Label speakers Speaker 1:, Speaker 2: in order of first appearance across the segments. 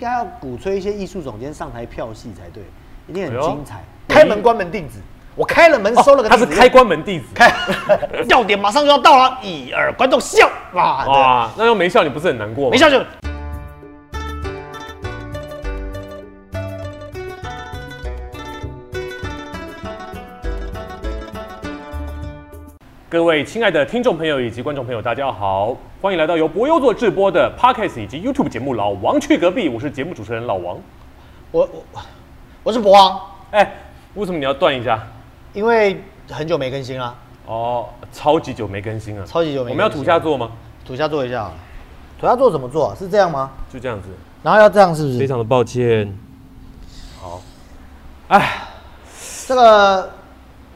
Speaker 1: 该要鼓吹一些艺术总监上台票戏才对，一定很
Speaker 2: 哎呦
Speaker 1: 精彩。
Speaker 3: 开门关门定子，我开了门收了个
Speaker 2: 他
Speaker 3: 定
Speaker 2: 是
Speaker 3: 子，
Speaker 2: 开关门弟子。
Speaker 3: 开，要点马上就要到了，一二观众笑哇，对
Speaker 2: 哇，那要没笑，你不是很难过吗？
Speaker 3: 没笑就。
Speaker 2: 各位亲爱的听众朋友以及观众朋友，大家好，欢迎来到由博优做直播的 Podcast 以及 YouTube 节目《老王去隔壁》，我是节目主持人老王。
Speaker 3: 我我我是博王，
Speaker 2: 哎，为什么你要断一下？
Speaker 3: 因为很久没更新了，
Speaker 2: 哦，超级久没更新了，
Speaker 3: 超级久没
Speaker 2: 我们要
Speaker 3: 更
Speaker 2: 土
Speaker 3: 新啊
Speaker 2: 下座吗？
Speaker 3: 土下坐一下好了。
Speaker 1: 土下座怎么做、啊？是这样吗？
Speaker 2: 就这样子，
Speaker 1: 然后要这样是不
Speaker 2: 非？常的抱歉。好，哎，
Speaker 3: 这个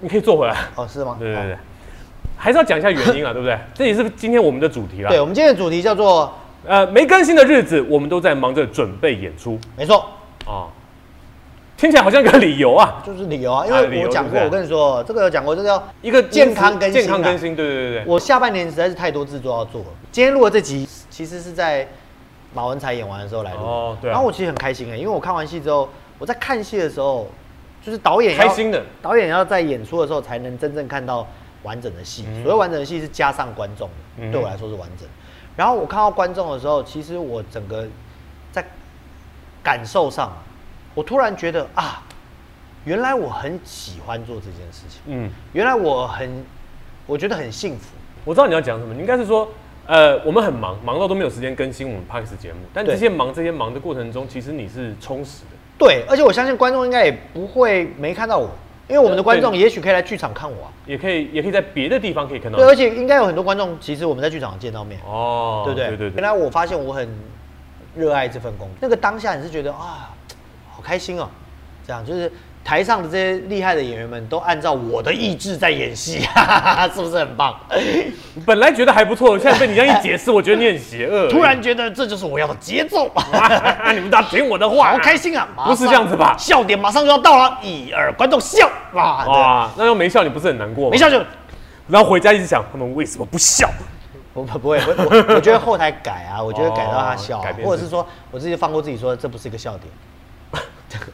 Speaker 2: 你可以坐回来。
Speaker 3: 哦是吗？
Speaker 2: 对对对
Speaker 3: 哦，
Speaker 2: 还是要讲一下原 因啊，对不对？这也是今天我们的主题啦。
Speaker 3: 对，我们今天的主题叫做
Speaker 2: 呃，没更新的日子，我们都在忙着准备演出
Speaker 3: 没错，
Speaker 2: 啊。听起来好像一个理由啊，
Speaker 3: 就是理由啊，因
Speaker 2: 啊理
Speaker 3: 为
Speaker 2: 由
Speaker 3: 我讲过，
Speaker 2: 对
Speaker 3: 我
Speaker 2: 不对
Speaker 3: 跟你说，这个有讲过，这个要
Speaker 2: 一个
Speaker 3: 健康更新啊
Speaker 2: 健康更新，对对对对。
Speaker 3: 我下半年实在是太多制作要做了。今天录的这集其实是在马文才演完的时候来录的，
Speaker 2: 哦对啊
Speaker 3: 然后我其实很开心哎、因为我看完戏之后，我在看戏的时候，就是导演要
Speaker 2: 开心的，
Speaker 3: 导演要在演出的时候才能真正看到完整的戏。所谓完整的戏是加上观众的，
Speaker 2: 嗯
Speaker 3: 对我来说是完整。然后我看到观众的时候，其实我整个在感受上，啊我突然觉得啊，原来我很喜欢做这件事情，
Speaker 2: 嗯，
Speaker 3: 原来我很，我觉得很幸福。
Speaker 2: 我知道你要讲什么，你应该是说，呃，我们很忙，忙到都没有时间更新我们 p o d c a s 节目。但
Speaker 3: 对
Speaker 2: 这些忙这些忙的过程中，其实你是充实的。
Speaker 3: 对，而且我相信观众应该也不会没看到我，因为我们的观众
Speaker 2: 对嗯
Speaker 3: 也许可以来剧场看我啊。
Speaker 2: 也可以，也可以在别的地方可以看到
Speaker 3: 对，
Speaker 2: 你。
Speaker 3: 而且应该有很多观众，其实我们在剧场有见到面，啊
Speaker 2: 哦，
Speaker 3: 对不对？
Speaker 2: 对对
Speaker 3: 原来我发现我很热爱这份工作，那个当下你是觉得啊，好开心哦，这样就是台上的这些厉害的演员们都按照我的意志在演戏， 哈哈哈，是不是很棒？
Speaker 2: 本来觉得还不错，现在被你这样一解释，我觉得你很邪恶。
Speaker 3: 突然觉得这就是我要的节奏，
Speaker 2: 啊， 你们大家听我的话，
Speaker 3: 好开。心啊！马上
Speaker 2: 不是这样子吧
Speaker 3: 笑点马上就要到了，一二观众笑哇，对
Speaker 2: 哇，啊那要没笑，你不是很难过吗？
Speaker 3: 没，笑就。
Speaker 2: 然后回家一直想他们为什么不笑？
Speaker 3: 我不不会，我我 我觉得后台改啊，我觉得改到他笑、
Speaker 2: 哦
Speaker 3: 啊
Speaker 2: 改，变
Speaker 3: 或者
Speaker 2: 自
Speaker 3: 是
Speaker 2: 己
Speaker 3: 说我自己放过自己说这不是一个笑点。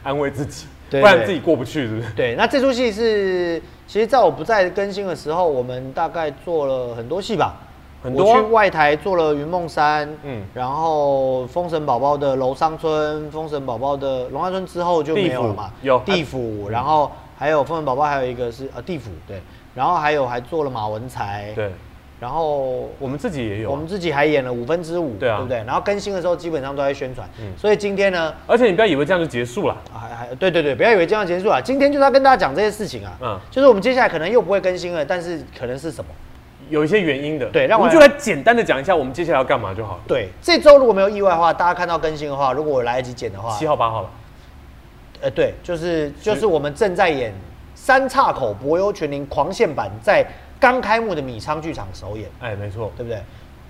Speaker 2: 安慰自己，
Speaker 3: 对
Speaker 2: 不然
Speaker 3: 对
Speaker 2: 自己过不去，是不是？
Speaker 3: 对，那这出戏是，其实在我不在更新的时候，我们大概做了很多戏吧，
Speaker 2: 很多
Speaker 3: 我
Speaker 2: 啊
Speaker 3: 去外台做了《云梦山》，嗯
Speaker 2: 嗯，
Speaker 3: 然后《封神宝宝》的楼上村，《封神宝宝》的龙山村之后就没有了嘛，
Speaker 2: 地府有嗯
Speaker 3: 地府，然后还有《封神宝宝》，还有一个是呃地府对，然后还有还做了马文才，，
Speaker 2: 对，
Speaker 3: 然后
Speaker 2: 我们自己也有啊、
Speaker 3: 我们自己还演了五分之五，
Speaker 2: 对啊嗯
Speaker 3: 不对？然后更新的时候基本上都在宣传，所以今天呢，
Speaker 2: 而且你不要以为这样就结束了，
Speaker 3: 还还对对对，不要以为这样结束啊，今天就是要跟大家讲这些事情啊，嗯
Speaker 2: 嗯，
Speaker 3: 就是我们接下来可能又不会更新了，但是可能是什么？
Speaker 2: 有一些原因的。
Speaker 3: 对让我
Speaker 2: 我们
Speaker 3: 来
Speaker 2: 就来简单的讲一下我们接下来要干嘛就好了。
Speaker 3: 对，这周如果没有意外的话，大家看到更新的话，如果我来得及剪的话
Speaker 2: 七，号八号了，
Speaker 3: 呃，对，就是就是我们正在演三岔口博优全林狂线版，在刚开幕的米仓剧场首演，
Speaker 2: 哎，没错，
Speaker 3: 对不对？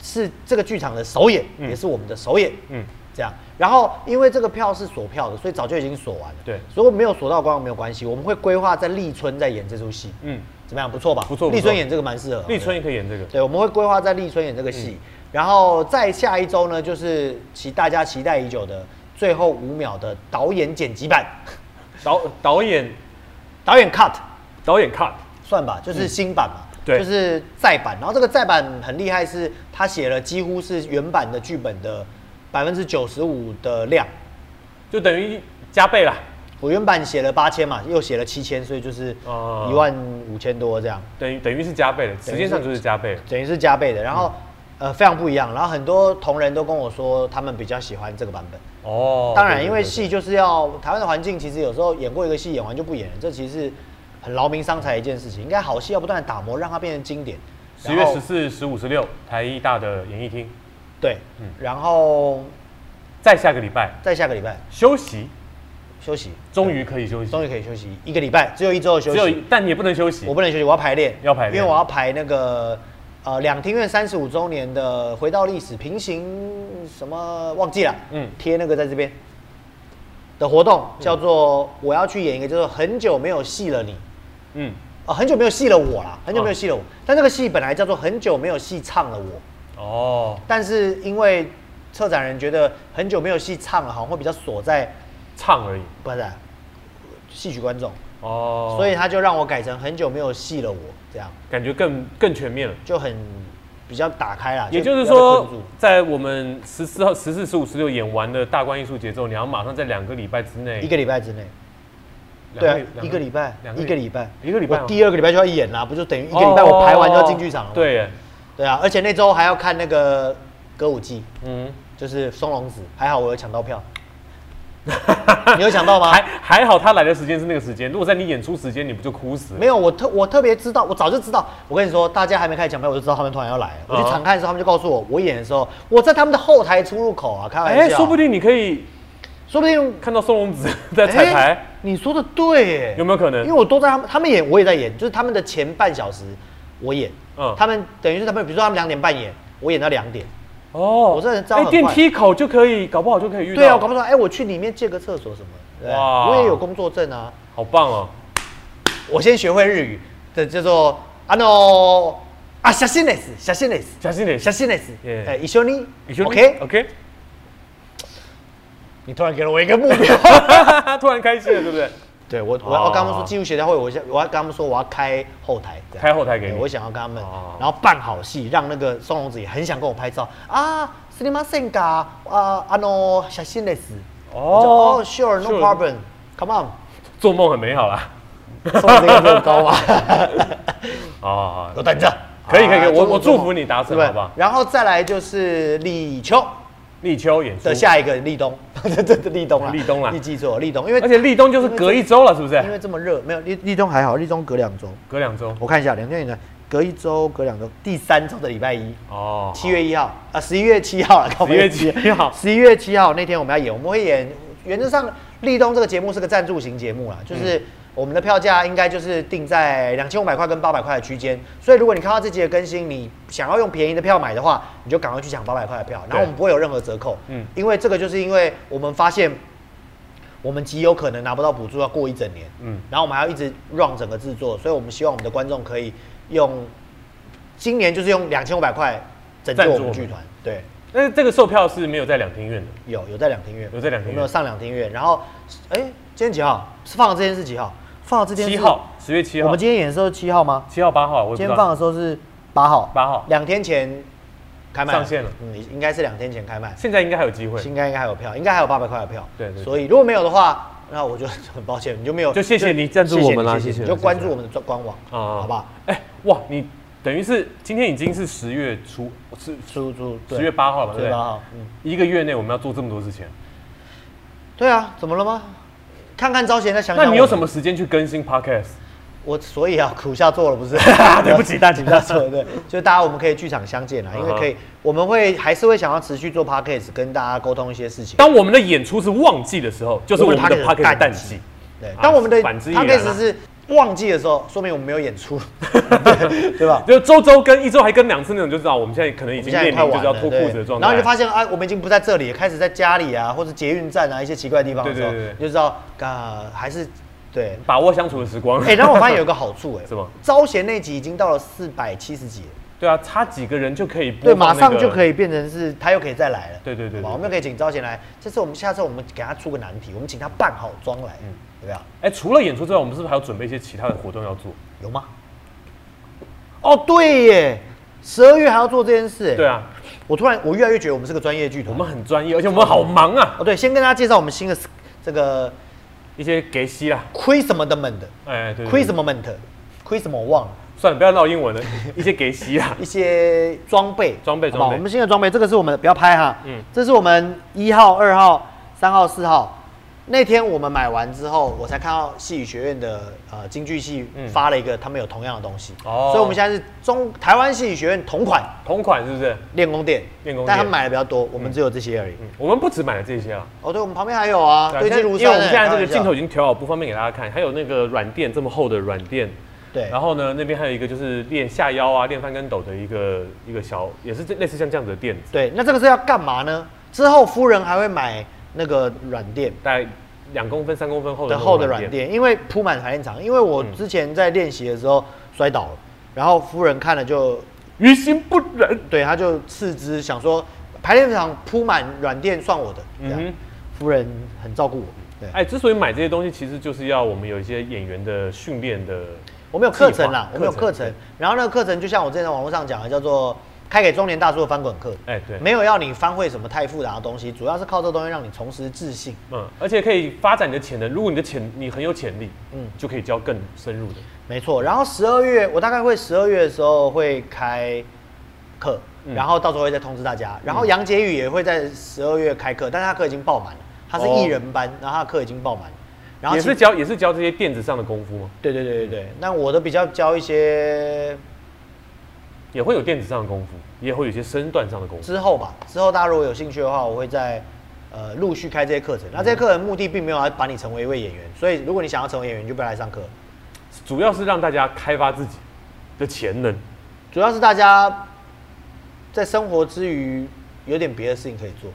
Speaker 3: 是这个剧场的首演，
Speaker 2: 嗯
Speaker 3: 也是我们的首演，
Speaker 2: 嗯，
Speaker 3: 这样。然后因为这个票是锁票的，所以早就已经锁完了。
Speaker 2: 对
Speaker 3: 如果没有锁到观众没有关系，我们会规划在立春再演这出戏。
Speaker 2: 嗯，
Speaker 3: 怎么样？不错吧？
Speaker 2: 不错不错
Speaker 3: 立春演这个蛮适合。
Speaker 2: 立春也嗯可以演这个。
Speaker 3: 对，我们会规划在立春演这个戏，然后再下一周呢，就是期大家期待已久的最后五秒的导演剪辑版，
Speaker 2: 导导演
Speaker 3: 导演 cut
Speaker 2: 导演 cut，
Speaker 3: 算吧，就是新版嘛。
Speaker 2: 嗯对
Speaker 3: 就是再版，然后这个再版很厉害，是他写了几乎是原版的剧本的百分之九十五的量，
Speaker 2: 就等于加倍啦，
Speaker 3: 我原版写了八千嘛，又写了七千，所以就是
Speaker 2: 哦
Speaker 3: 一万五千多这样，
Speaker 2: 等于等于是加倍了，时间上就是加倍了。
Speaker 3: 等于是加倍的。然后、
Speaker 2: 嗯
Speaker 3: 呃非常不一样，然后很多同仁都跟我说他们比较喜欢这个版本。
Speaker 2: 哦，
Speaker 3: 当然，
Speaker 2: 对
Speaker 3: 因为戏，就是要台湾的环境，其实有时候演过一个戏，演完就不演了，这其实是很劳民伤财的一件事情。应该好戏要不断的打磨，让它变成经典。
Speaker 2: 十月
Speaker 3: 然后
Speaker 2: 十四、十五、十六，台艺大的演艺厅，
Speaker 3: 对，
Speaker 2: 嗯
Speaker 3: 然后
Speaker 2: 在下个礼拜
Speaker 3: 再下个礼拜
Speaker 2: 休息，
Speaker 3: 休息，
Speaker 2: 终于可以休息，
Speaker 3: 终于可以休息一个礼拜，只有一周的休
Speaker 2: 只有
Speaker 3: 息
Speaker 2: 一。但你也不能休息，
Speaker 3: 我不能休息，我要排练，
Speaker 2: 要排练
Speaker 3: 因为我要排那个呃两厅院三十五周年的回到历史平行什么忘记了，嗯
Speaker 2: 嗯，
Speaker 3: 贴那个在这边的活动叫做我要去演一个叫做很久没有戏了你。
Speaker 2: 嗯，
Speaker 3: 啊，很久没有戏了我啦，很久没有戏了
Speaker 2: 哦
Speaker 3: 我。但这个戏本来叫做很久没有戏唱了我，
Speaker 2: 哦，
Speaker 3: 但是因为策展人觉得很久没有戏唱了，好像会比较锁在
Speaker 2: 唱而已。
Speaker 3: 不是啊戏曲观众，
Speaker 2: 哦，
Speaker 3: 所以他就让我改成很久没有戏了我，这样
Speaker 2: 感觉更更全面了。
Speaker 3: 就很比较打开了。
Speaker 2: 也就是
Speaker 3: 比较被
Speaker 2: 说
Speaker 3: 困住，
Speaker 2: 在我们十四号、十四、十五、十六演完的大观艺术节之后，你要马上在两个礼拜之内，
Speaker 3: 一个礼拜之内，对啊
Speaker 2: 哎两，
Speaker 3: 一个礼拜，
Speaker 2: 两
Speaker 3: 一个礼拜，
Speaker 2: 一个礼拜
Speaker 3: 我
Speaker 2: 吗
Speaker 3: 第二个礼拜就要演啦，不就等于一个礼拜我排完就要进剧场了
Speaker 2: 哦
Speaker 3: 吗？
Speaker 2: 对耶，
Speaker 3: 对啊，而且那周还要看那个歌舞伎，
Speaker 2: 嗯，
Speaker 3: 就是松隆子，还好我有抢到 票。你有抢到吗
Speaker 2: 还？还好他来的时间是那个时间，如果在你演出时间，你不就哭死了？
Speaker 3: 没有，我特我特别知道，我早就知道。我跟你说，大家还没开始抢票，我就知道他们突然要来了。我去
Speaker 2: 啊
Speaker 3: 场看的时候，他们就告诉我，我演的时候，我在他们的后台出入口啊，开玩笑。
Speaker 2: 哎，说不定你可以
Speaker 3: 说不定
Speaker 2: 看到宋龙子 在彩
Speaker 3: 哎
Speaker 2: 排，
Speaker 3: 你说的对，哎
Speaker 2: 有没有可能
Speaker 3: 因为我都在他们，他们演我也在演，就是他们的前半小时我演，
Speaker 2: 嗯
Speaker 3: 他们等于是他们，比如说他们两点半演，我演到两点，
Speaker 2: 哦，
Speaker 3: 我真的知道
Speaker 2: 哎
Speaker 3: 很，快
Speaker 2: 电梯口就可以，搞不好就可以遇到。
Speaker 3: 对啊，我搞不懂，哎、我去里面借个厕所什么的，对啊
Speaker 2: 哇
Speaker 3: 我也有工作证啊，
Speaker 2: 好棒哦！
Speaker 3: 我先学会日语，这叫做あの啊，写信です，写信です，
Speaker 2: 小心点，
Speaker 3: 写
Speaker 2: 小
Speaker 3: 信です
Speaker 2: Yeah，
Speaker 3: 哎，一緒に
Speaker 2: 心
Speaker 3: OK，
Speaker 2: OK，
Speaker 3: 你突然给了我一个目标，
Speaker 2: 突然开心了，对 不对？
Speaker 3: 对我，我要
Speaker 2: 哦
Speaker 3: 跟他们说技术协调会，我想我要跟他们说我要开后台，这样
Speaker 2: 开后台给你
Speaker 3: 对哎我想要跟他们
Speaker 2: 哦，
Speaker 3: 然后办好戏，让那个松隆子也很想跟我拍照啊，すみませんか啊，あの写真です。我就哦，sure，no problem，come on，
Speaker 2: 做梦很美好啦。
Speaker 3: 松隆子要比我高 啊，
Speaker 2: 哦，
Speaker 3: 我等着。
Speaker 2: 可以可以可以
Speaker 3: 啊
Speaker 2: 我我
Speaker 3: 做梦
Speaker 2: 祝福你达成
Speaker 3: 对对
Speaker 2: 好不好
Speaker 3: 然后再来就是立秋
Speaker 2: 立秋演出
Speaker 3: 的，下一个立冬， 这这这立冬啊，
Speaker 2: 哦立冬啦
Speaker 3: 你记错了立冬，因为
Speaker 2: 而且立冬就是隔一周了，是不
Speaker 3: 因
Speaker 2: 是？
Speaker 3: 为这么热，没有立立冬还好，立冬隔两周。
Speaker 2: 隔两周。
Speaker 3: 我看一下，两千年的隔一周、隔两周，第三周的礼拜一，
Speaker 2: 哦，
Speaker 3: 七月一号啊，十一月七号了，
Speaker 2: 十月七 号
Speaker 3: 十一月七号那天我们要演，我们会演。原则上，立冬这个节目是个赞助型节目啦，
Speaker 2: 嗯
Speaker 3: 就是我们的票价应该就是定在两千五百块跟八百块的区间。所以如果你看到这集的更新，你想要用便宜的票买的话，你就赶快去抢八百块的票，然后我们不会有任何折扣。
Speaker 2: 嗯
Speaker 3: 嗯，因为这个就是因为我们发现我们极有可能拿不到补助，要过一整年。
Speaker 2: 嗯
Speaker 3: 嗯，然后我们还要一直 run 整个制作，所以我们希望我们的观众可以用今年就是用两千五百块拯救我们剧团。对，
Speaker 2: 那这个售票是没有在两厅院的，
Speaker 3: 有有在两厅院，
Speaker 2: 有在两厅
Speaker 3: 有
Speaker 2: 院
Speaker 3: 没有上两厅院？然后，哎，今天几号？是放的这天是几号？放的这天是
Speaker 2: 七号，。十月七号。
Speaker 3: 我们今天演的时候是七号吗？
Speaker 2: 七号八号，我也不
Speaker 3: 今
Speaker 2: 知
Speaker 3: 天
Speaker 2: 道
Speaker 3: 放的时候是八号。
Speaker 2: 8号
Speaker 3: 两天前开卖
Speaker 2: 上线了
Speaker 3: 嗯，应该是两天前开卖。
Speaker 2: 现在应该还有机会，
Speaker 3: 应该应该还有票，应该还有八百块的票。
Speaker 2: 对对对
Speaker 3: 所以如果没有的话，那我就 很抱歉，你就没有。
Speaker 2: 就谢谢你赞助我们啦
Speaker 3: 谢
Speaker 2: 谢谢
Speaker 3: 你就
Speaker 2: 谢谢
Speaker 3: 关注我们的官网，
Speaker 2: 啊
Speaker 3: 好不好？
Speaker 2: 哎、哇，你等于是今天已经是十月初，是
Speaker 3: 出租
Speaker 2: 十月八号了嘛，
Speaker 3: 十
Speaker 2: 对
Speaker 3: 月
Speaker 2: 不
Speaker 3: 八
Speaker 2: 对？
Speaker 3: 号，嗯，
Speaker 2: 一个月内我们要做这么多事情，
Speaker 3: 对啊，怎么了吗？看看招贤再想想。
Speaker 2: 那你有什么？时间去更新 podcast？
Speaker 3: 我所以啊，苦下做了不是？
Speaker 2: 对不起大家啊
Speaker 3: 苦下做了， 对，就是大家我们可以剧场相见啊啦，因为可以，我们会还是会想要持续做 podcast，跟大家沟通一些事情。
Speaker 2: 当我们的演出是旺季的时候，就是我们的
Speaker 3: podcast 的
Speaker 2: podcast 淡
Speaker 3: 淡
Speaker 2: 季
Speaker 3: 季。对
Speaker 2: 啊，
Speaker 3: 当我们的
Speaker 2: 反之亦然啊
Speaker 3: podcast 是旺季的时候，说明我们没有演出， 对对吧？
Speaker 2: 就周周更一周还更两次那种，就知道我们现在可能已经
Speaker 3: 现在
Speaker 2: 面
Speaker 3: 也
Speaker 2: 临
Speaker 3: 快
Speaker 2: 就是
Speaker 3: 晚
Speaker 2: 要
Speaker 3: 了，
Speaker 2: 脱裤子的状
Speaker 3: 对
Speaker 2: 态。
Speaker 3: 然后你就发现啊，我们已经不在这里，开始在家里啊，或者捷运站啊一些奇怪的地方的时候，
Speaker 2: 对对对对
Speaker 3: 你就知道啊，还是 对。
Speaker 2: 把握相处的时光。
Speaker 3: 哎、然后我发现有一个好处、哎，
Speaker 2: 什么？
Speaker 3: 招贤那集已经到了四百七十集了，
Speaker 2: 对啊，差几个人就可以播
Speaker 3: 对，
Speaker 2: 放那
Speaker 3: 马
Speaker 2: 个
Speaker 3: 上就可以变成是他又可以再来了。
Speaker 2: 对对对对
Speaker 3: 好吧
Speaker 2: 对
Speaker 3: 我们又可以请招贤来。这次我们下次我们给他出个难题，我们请他扮好妆来，嗯，有没有？
Speaker 2: 哎、除了演出之外，我们是不是还要准备一些其他的活动要做？
Speaker 3: 有吗？哦，对耶，十二月还要做这件事、哎
Speaker 2: 对，啊，
Speaker 3: 我突然我越来越觉得我们是个专业剧
Speaker 2: 我
Speaker 3: 团。
Speaker 2: 们很专业，而且我们好忙啊，
Speaker 3: 哦，对，先跟大家介绍我们新的这个
Speaker 2: 一些给息啦，
Speaker 3: 亏什么的们的。
Speaker 2: 哎、对对对
Speaker 3: Christmas，亏什么我忘了
Speaker 2: 算了，不要闹英文了，一些给息啦。
Speaker 3: 一些装备，
Speaker 2: 装备
Speaker 3: 好不好
Speaker 2: 装备
Speaker 3: 我们新的装备，这个是我们不要拍哈，
Speaker 2: 嗯
Speaker 3: 嗯，这是我们一号、二号、三号、四号那天我们买完之后，我才看到戏语学院的呃京剧系
Speaker 2: 嗯
Speaker 3: 发了一个，他们有同样的东西，哦，
Speaker 2: 哦
Speaker 3: 所以我们现在是中台湾戏语学院同款
Speaker 2: 同款是不是？
Speaker 3: 练功店，
Speaker 2: 练功店
Speaker 3: 但他们买的比较多，我们只有这些而已。
Speaker 2: 嗯，我们不止买了这些啊，
Speaker 3: 哦，对，我们旁边还有啊，
Speaker 2: 对啊
Speaker 3: 堆积
Speaker 2: 现
Speaker 3: 如
Speaker 2: 在因为
Speaker 3: 山、
Speaker 2: 我们现在这
Speaker 3: 开
Speaker 2: 个
Speaker 3: 玩笑
Speaker 2: 镜头已经调好，不方便给大家看。还有那个软垫这么厚的软垫，
Speaker 3: 对，
Speaker 2: 然后呢，那边还有一个就是练下腰啊、练翻跟斗的一个一个小，也是这类似像这样子的垫子，
Speaker 3: 对，那这个是要干嘛呢？之后夫人还会买那个软垫。
Speaker 2: 大概两公分、三公分厚
Speaker 3: 的
Speaker 2: 的嗯那种
Speaker 3: 厚的软。垫，因为铺满排练场。因为我之前在练习的时候摔倒了，然后夫人看了就
Speaker 2: 于心不忍，
Speaker 3: 对，他就斥资想说，排练场铺满软垫算我的，这样
Speaker 2: 嗯哼
Speaker 3: 夫人很照顾我，对，
Speaker 2: 哎，之所以买这些东西，其实就是要我们有一些演员的训练的
Speaker 3: 我们有课程啦
Speaker 2: 计划，
Speaker 3: 我们有课程，然后那个课程就像我之前在网络上讲的，叫做开给中年大叔的翻滚课。
Speaker 2: 哎对
Speaker 3: 没有要你翻会什么太复杂的东西，主要是靠这东西让你重拾自信。
Speaker 2: 嗯，而且可以发展你的潜能。如果你的潜你很有潜力，嗯
Speaker 3: 嗯，
Speaker 2: 就可以教更深入的。
Speaker 3: 没错，然后十二月我大概会十二月的时候会开课，
Speaker 2: 嗯
Speaker 3: 然后到时候会再通知大家。然后杨洁宇也会在十二月开课，但是他课已经爆满了，他是
Speaker 2: 哦
Speaker 3: 艺人班，然后他课已经爆满了。然后
Speaker 2: 也
Speaker 3: 其
Speaker 2: 是教也是教这些垫子上的功夫吗？
Speaker 3: 对对对对对，那我的比较教一些
Speaker 2: 也会有垫子上的功夫，也会有一些身段上的功夫。
Speaker 3: 之后吧，之后大家如果有兴趣的话，我会在呃陆续开这些课程。那这些课
Speaker 2: 嗯
Speaker 3: 程目的并没有要把你成为一位演员，所以如果你想要成为演员，你就不要来上课。
Speaker 2: 主要是让大家开发自己的潜能。
Speaker 3: 主要是大家在生活之余有点别的事情可以做。